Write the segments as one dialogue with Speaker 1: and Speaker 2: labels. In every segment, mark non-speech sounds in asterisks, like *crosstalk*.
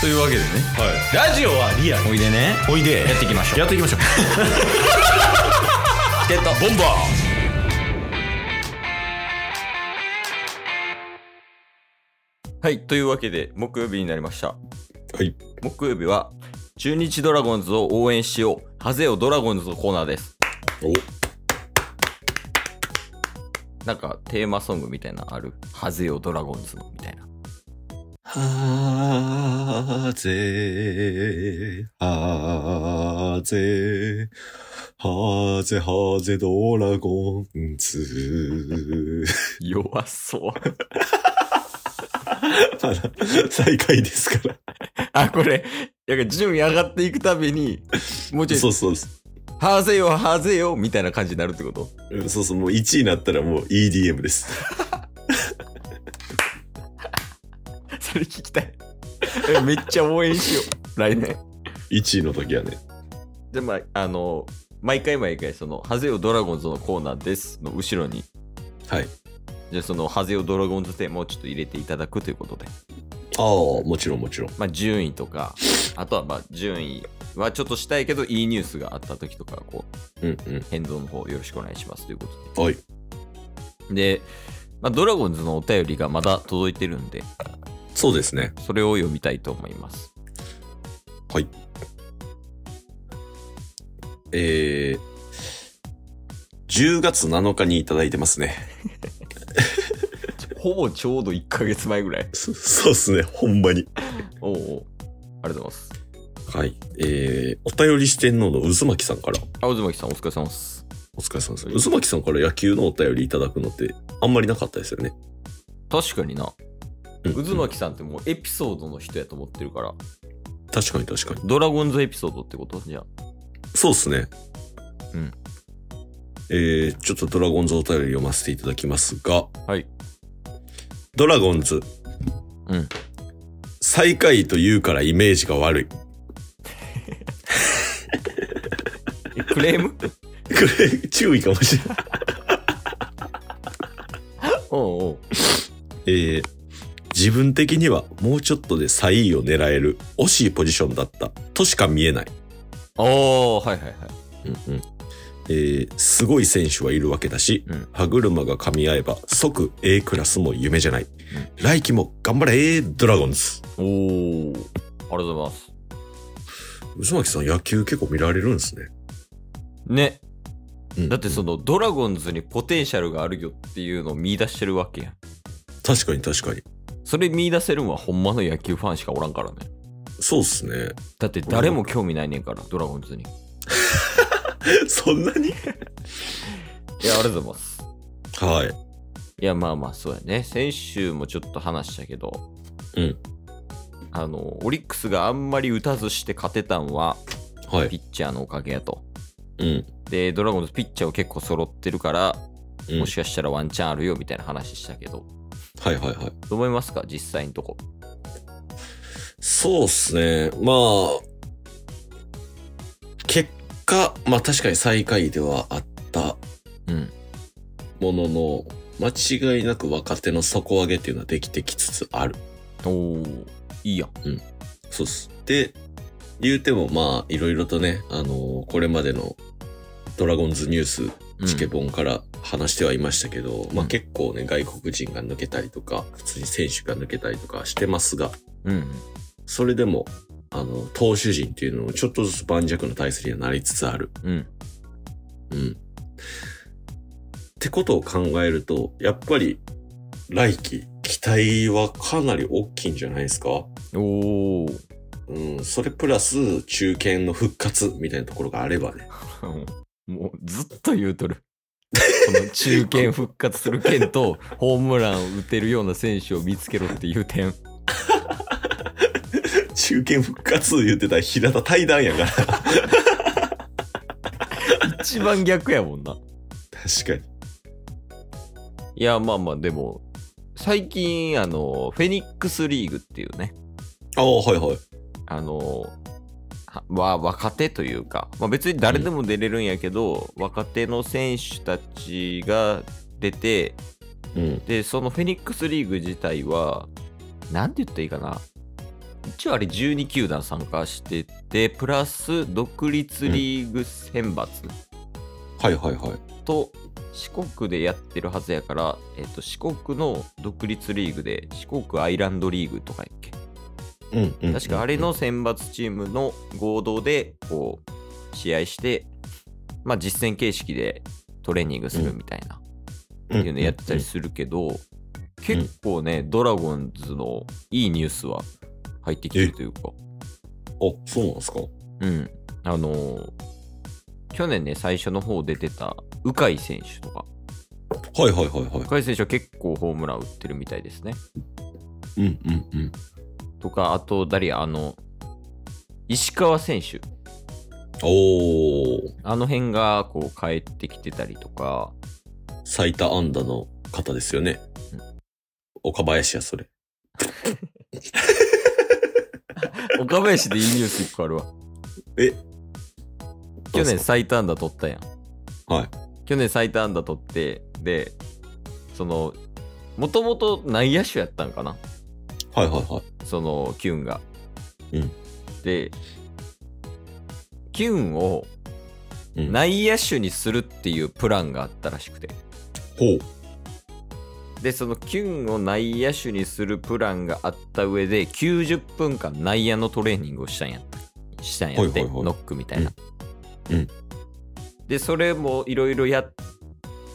Speaker 1: というわけでね
Speaker 2: ラジオはリアル
Speaker 1: おいでね
Speaker 2: おいで
Speaker 1: やっていきましょう
Speaker 2: やっていきましょう
Speaker 1: チケットボンバーはいというわけで木曜日になりました
Speaker 2: はい
Speaker 1: 木曜日は中日ドラゴンズを応援しようハゼオドラゴンズのコーナーです
Speaker 2: お
Speaker 1: なんかテーマソングみたいなのあるハゼオドラゴンズのみたいな
Speaker 2: はーぜー、はーぜー、はーぜはーぜドラゴンズ。
Speaker 1: 弱そう
Speaker 2: まだ最下位ですから。
Speaker 1: あこれなんか順位上がっていくたびにもうち
Speaker 2: そ
Speaker 1: ょいう
Speaker 2: そうそ
Speaker 1: ハゼよハゼよみたいな感じになるってこと
Speaker 2: う。そうそう、もう1位になったらもう EDM です。
Speaker 1: *laughs* それ聞きたいえめっちゃ応援しよう来年
Speaker 2: 1位の時はね。
Speaker 1: でまああの毎回毎回その「ハゼよドラゴンズのコーナーです」の後ろに
Speaker 2: はい。
Speaker 1: じゃあその「ハゼよドラゴンズ」テーマをちょっと入れていただくということで
Speaker 2: ああ、もちろんもちろん。
Speaker 1: まあ順位とかあとはまあ順位はちょっとしたいけどいいニュースがあった時とかこう
Speaker 2: うんうん。
Speaker 1: 変動の方よろしくお願いしますということ
Speaker 2: はい。
Speaker 1: でで、まあ、ドラゴンズのお便りがまだ届いてるんで
Speaker 2: そうですね。
Speaker 1: それを読みたいと思います
Speaker 2: はい。えー、10月7日にいただいてますね。
Speaker 1: ほぼちょうど1ヶ月前ぐらい
Speaker 2: そそうっすね、ほんまに。
Speaker 1: おうおうありがとうございます
Speaker 2: はい。えー、お便り四天王の渦巻さんから。
Speaker 1: 青巻さんお疲れ様です
Speaker 2: お疲れ様です。渦巻さんから野球のお便りいただくのって、あんまりなかったですよね。
Speaker 1: 確かにな
Speaker 2: うん
Speaker 1: 渦巻さんってもうエピソードの人やと思ってるから
Speaker 2: 確かに確かに。
Speaker 1: ドラゴンズエピソードってことじゃあ
Speaker 2: そうっすね。
Speaker 1: うん。
Speaker 2: えー、ちょっとドラゴンズお便り読ませていただきますが、
Speaker 1: はい
Speaker 2: ドラゴンズ。
Speaker 1: うん。
Speaker 2: 最下位というからイメージが悪い。
Speaker 1: えクレーム
Speaker 2: これ、注意かもしれない。
Speaker 1: *laughs* おうおう
Speaker 2: えー自分的にはもうちょっとで3位を狙える惜しいポジションだったとしか見えない、
Speaker 1: おーはいはいはい
Speaker 2: えーすごい選手はいるわけだし、
Speaker 1: うん
Speaker 2: 歯車が噛み合えば即 A クラスも夢じゃない、来季も頑張れドラゴンズ
Speaker 1: おおありがとうございます
Speaker 2: 渦巻さん野球結構見られるんですね、
Speaker 1: ね
Speaker 2: うん
Speaker 1: だってそのドラゴンズにポテンシャルがあるよっていうのを見出してるわけやん
Speaker 2: 確かに確かに
Speaker 1: それ見出せるんはほんまの野球ファンしかおらんからね
Speaker 2: そうっすね
Speaker 1: だって誰も興味ないねんからドラゴンズにい
Speaker 2: *laughs* そんなに
Speaker 1: やありがとうございます
Speaker 2: はい
Speaker 1: いや、まあまあ、そうやね。先週もちょっと話したけど、
Speaker 2: うん。
Speaker 1: あの、オリックスがあんまり打たずして勝てたんは、
Speaker 2: はい
Speaker 1: ピッチャーのおかげやと。
Speaker 2: うん
Speaker 1: で、ドラゴンズピッチャーを結構揃ってるから、
Speaker 2: うん
Speaker 1: もしかしたらワンチャンあるよみたいな話したけど、
Speaker 2: はいはいはい
Speaker 1: どう思いますか実際のとこ。
Speaker 2: そうっすね。まあ、結果、まあ確かに最下位ではあった
Speaker 1: うん。
Speaker 2: ものの、間違いなく若手の底上げっていうのはできてきつつある。
Speaker 1: おー、いいやん。
Speaker 2: そうっす。で、言うてもまあ、いろいろとね、あのこれまでのドラゴンズニュース、
Speaker 1: うん
Speaker 2: チケボンから話してはいましたけど、
Speaker 1: う
Speaker 2: まあ
Speaker 1: ん
Speaker 2: 結構ね、外国人が抜けたりとか、普通に選手が抜けたりとかしてますが、
Speaker 1: うん。
Speaker 2: それでも、あの、投手陣っていうのをちょっとずつ盤石の体制にはなりつつある。
Speaker 1: うん。
Speaker 2: うん。ってことを考えると、やっぱり、来季、期待はかなり大きいんじゃないですか
Speaker 1: おー。 *laughs*
Speaker 2: うん、それプラス、中堅の復活みたいなところがあればね。
Speaker 1: もうずっと言う *laughs* とる。この中堅復活する件と、ホームランを打てるような選手を見つけろっていう点。
Speaker 2: *laughs* 中堅復活言ってた平田対談やから。確
Speaker 1: 一番逆やもんな。
Speaker 2: かに。
Speaker 1: いや、まあまあ、でも、最近、あの、フェニックスリーグっていうね、
Speaker 2: ああ、はいはい。
Speaker 1: あの、はわ若手というか、まあ、別に誰でも出れるんやけど、若手の選手たちが出て、
Speaker 2: うん。
Speaker 1: で、そのフェニックスリーグ自体は、なんて言ったらいいかな。一応あれ12球団参加してて、プラス独立リーグ選抜
Speaker 2: はいはいはい。
Speaker 1: と四国でやってるはずやから、えっと、四国の独立リーグで四国アイランドリーグとかやっけ
Speaker 2: うんうんうん、
Speaker 1: 確かあれの選抜チームの合同でこう試合して、まあ、実戦形式でトレーニングするみたいな
Speaker 2: うん
Speaker 1: っていうのやってたりするけど、結構ねドラゴンズのいいニュースは入ってきてるというか、
Speaker 2: うんうんあ、そうなんですか。
Speaker 1: うん、あのー去年ね最初の方出てた鵜飼選手とか
Speaker 2: はいはいはいは
Speaker 1: 鵜飼選手は結構ホームラン打ってるみたいですね
Speaker 2: い。うんうんうん。
Speaker 1: とかあと誰やあの石川選手
Speaker 2: おー、
Speaker 1: あの辺がこう帰ってきてたりとか
Speaker 2: 最多安打の方ですよね
Speaker 1: うん。
Speaker 2: 岡林や、それ。
Speaker 1: *laughs* 岡林でいいニュース1個あるわ。
Speaker 2: え
Speaker 1: *laughs* 去年最多安打取ったやん。
Speaker 2: はい。
Speaker 1: 去年最多安打取って、で、その、もともと内野手やったんかな
Speaker 2: はいはいはい。
Speaker 1: その、キュンが。
Speaker 2: うん
Speaker 1: で、キュンを
Speaker 2: うん
Speaker 1: 内野手にするっていうプランがあったらしくて。
Speaker 2: ほう。
Speaker 1: で、そのキュンを内野手にするプランがあった上で、90分間内野のトレーニングをしたんやった。したんやって、
Speaker 2: はいはいはい
Speaker 1: ノックみたいな。
Speaker 2: うんうん
Speaker 1: で、それもいろいろやっ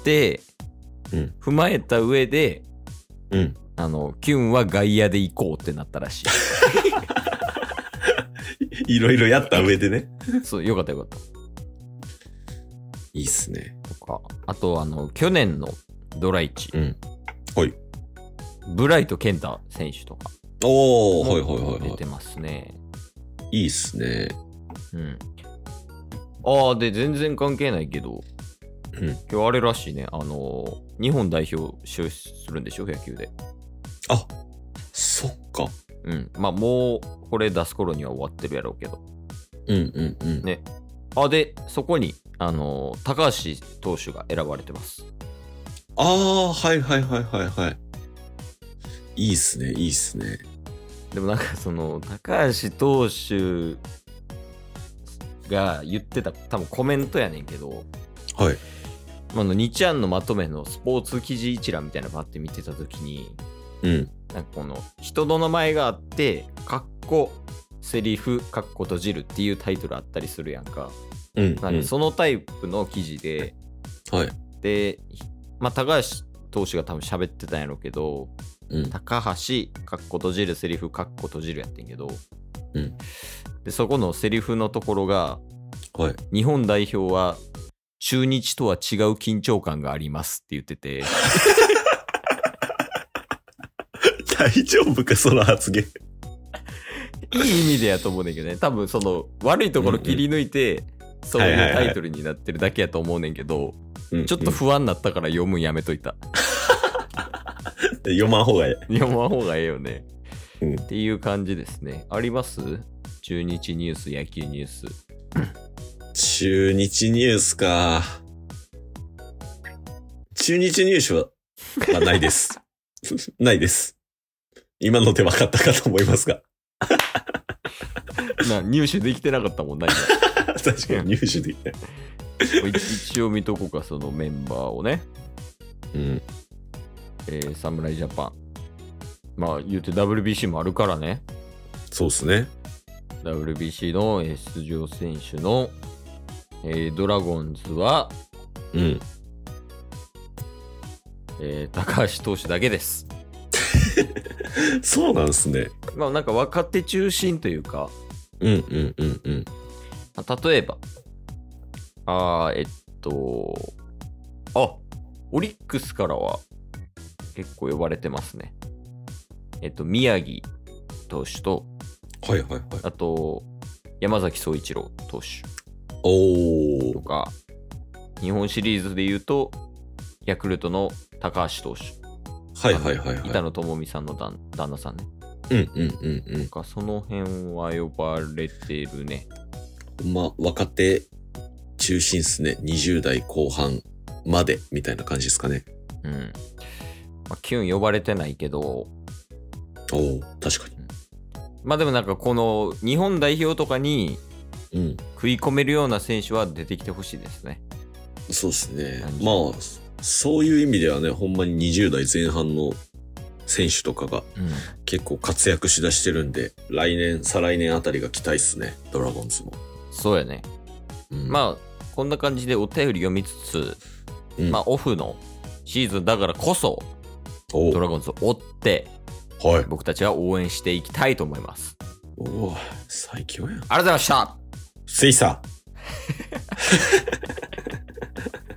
Speaker 1: て、
Speaker 2: うん
Speaker 1: 踏まえた上で、
Speaker 2: うん。
Speaker 1: あの、キュンは外野で行こうってなったらしい。
Speaker 2: *laughs* いろいろやった上でね。
Speaker 1: そう、よかったよかった。
Speaker 2: いいっすね。
Speaker 1: とか、あと、あの、去年のドライチ、
Speaker 2: うん。
Speaker 1: ブライト健太選手とか、
Speaker 2: おー、はいはいはい、
Speaker 1: 出
Speaker 2: は
Speaker 1: てますね。
Speaker 2: い。いいっすね。
Speaker 1: うん。ああ、で、全然関係ないけど、
Speaker 2: うん。
Speaker 1: 今日あれらしいね、あのー日本代表出場するんでしょ、野球で。
Speaker 2: あ、そっか。
Speaker 1: うん。まあ、もう、これ出す頃には終わってるやろうけど。
Speaker 2: うんうんうん。
Speaker 1: ねあ、で、そこに、あのー高橋投手が選ばれてます。
Speaker 2: あー、はいはいはいはいはい。いいっすね、いいっすね。
Speaker 1: でもなんか、その、高橋投手が言ってた、多分コメントやねんけど、
Speaker 2: はい。
Speaker 1: まああの、2ちゃんのまとめのスポーツ記事一覧みたいなのばって見てたときに、
Speaker 2: うん。
Speaker 1: なんかこの人の名前があって、かっこ、セリフ、かっこ閉じるっていうタイトルあったりするやんか。
Speaker 2: うん、う
Speaker 1: なん
Speaker 2: ん
Speaker 1: で、。そのタイプの記事で、
Speaker 2: はい。
Speaker 1: で、まあ、高橋投手が多分喋ってたんやろうけど、
Speaker 2: うん。
Speaker 1: 高橋、かっこ閉じる、セリフ、かっこ閉じるやってんけど、
Speaker 2: うん
Speaker 1: で、そこのセリフのところが、
Speaker 2: はい。
Speaker 1: 日本代表は、中日とは違う緊張感がありますって言ってて、
Speaker 2: *laughs* 大丈夫か、その発言。
Speaker 1: いい意味でやと思うねんだけどね多分その悪いところ切り抜いて、そういうタイトルになってるだけやと思うねんけど、ちょっと不安になったから読むんやめといた
Speaker 2: 読まん方がいい。
Speaker 1: 読まん方がええよね、
Speaker 2: うん
Speaker 1: っていう感じですねあります中日ニュース野球ニュース
Speaker 2: 中日ニュースか。中日ニュースは、まあ、ないです。 *laughs* ないです。今ので分かったかと思いますが。
Speaker 1: な入手できてなかったもんない
Speaker 2: 確か *laughs* に入手できない。
Speaker 1: *laughs* 一一応見とこうかそのメンバーをね、
Speaker 2: うん。
Speaker 1: えー侍ジャパンまあ言うて WBC もあるからね
Speaker 2: そうですね。
Speaker 1: WBC のえー出場選手の、えードラゴンズは
Speaker 2: うん。
Speaker 1: えー高橋投手だけです。
Speaker 2: そうなんですね。
Speaker 1: まあなんか若手中心というか、
Speaker 2: うんうんうんうん。
Speaker 1: まあ例えば、あーえっと、あオリックスからは結構呼ばれてますね。えっと、宮城投手と、
Speaker 2: はいはいはい。
Speaker 1: あと、山崎総一郎投手
Speaker 2: お
Speaker 1: と
Speaker 2: ー。
Speaker 1: か、日本シリーズで言うと、ヤクルトの高橋投手、
Speaker 2: はいはいはいはい。
Speaker 1: 板野友美さんの旦旦那さんね。
Speaker 2: うんうんうんうん
Speaker 1: とか、その辺は呼ばれてるね。。
Speaker 2: ほんま若手中心っすね。20代後半までみたいな感じですかね。
Speaker 1: うん。まあ、キュン呼ばれてないけど、
Speaker 2: おー、確かに。
Speaker 1: まあでもなんかこの日本代表とかに
Speaker 2: うん。
Speaker 1: 食い込めるような選手は出てきてほしいですね。
Speaker 2: そうですね
Speaker 1: 何。
Speaker 2: まあ、そういう意味ではね、ほんまに20代前半の選手とかが
Speaker 1: うん、
Speaker 2: 結構活躍しだしてるんで、来年、再来年あたりが期待っすね。ドラゴンズも。
Speaker 1: そうやね。
Speaker 2: うん、あ、
Speaker 1: まあこんな感じでお便り読みつつ、
Speaker 2: うん
Speaker 1: まあオフのシーズンだからこそ
Speaker 2: お
Speaker 1: ドラゴンズを追って
Speaker 2: はい。
Speaker 1: 僕たちは応援していきたいと思います。
Speaker 2: おお最強
Speaker 1: あ
Speaker 2: やん。
Speaker 1: りがとうございま
Speaker 2: スイサ
Speaker 1: し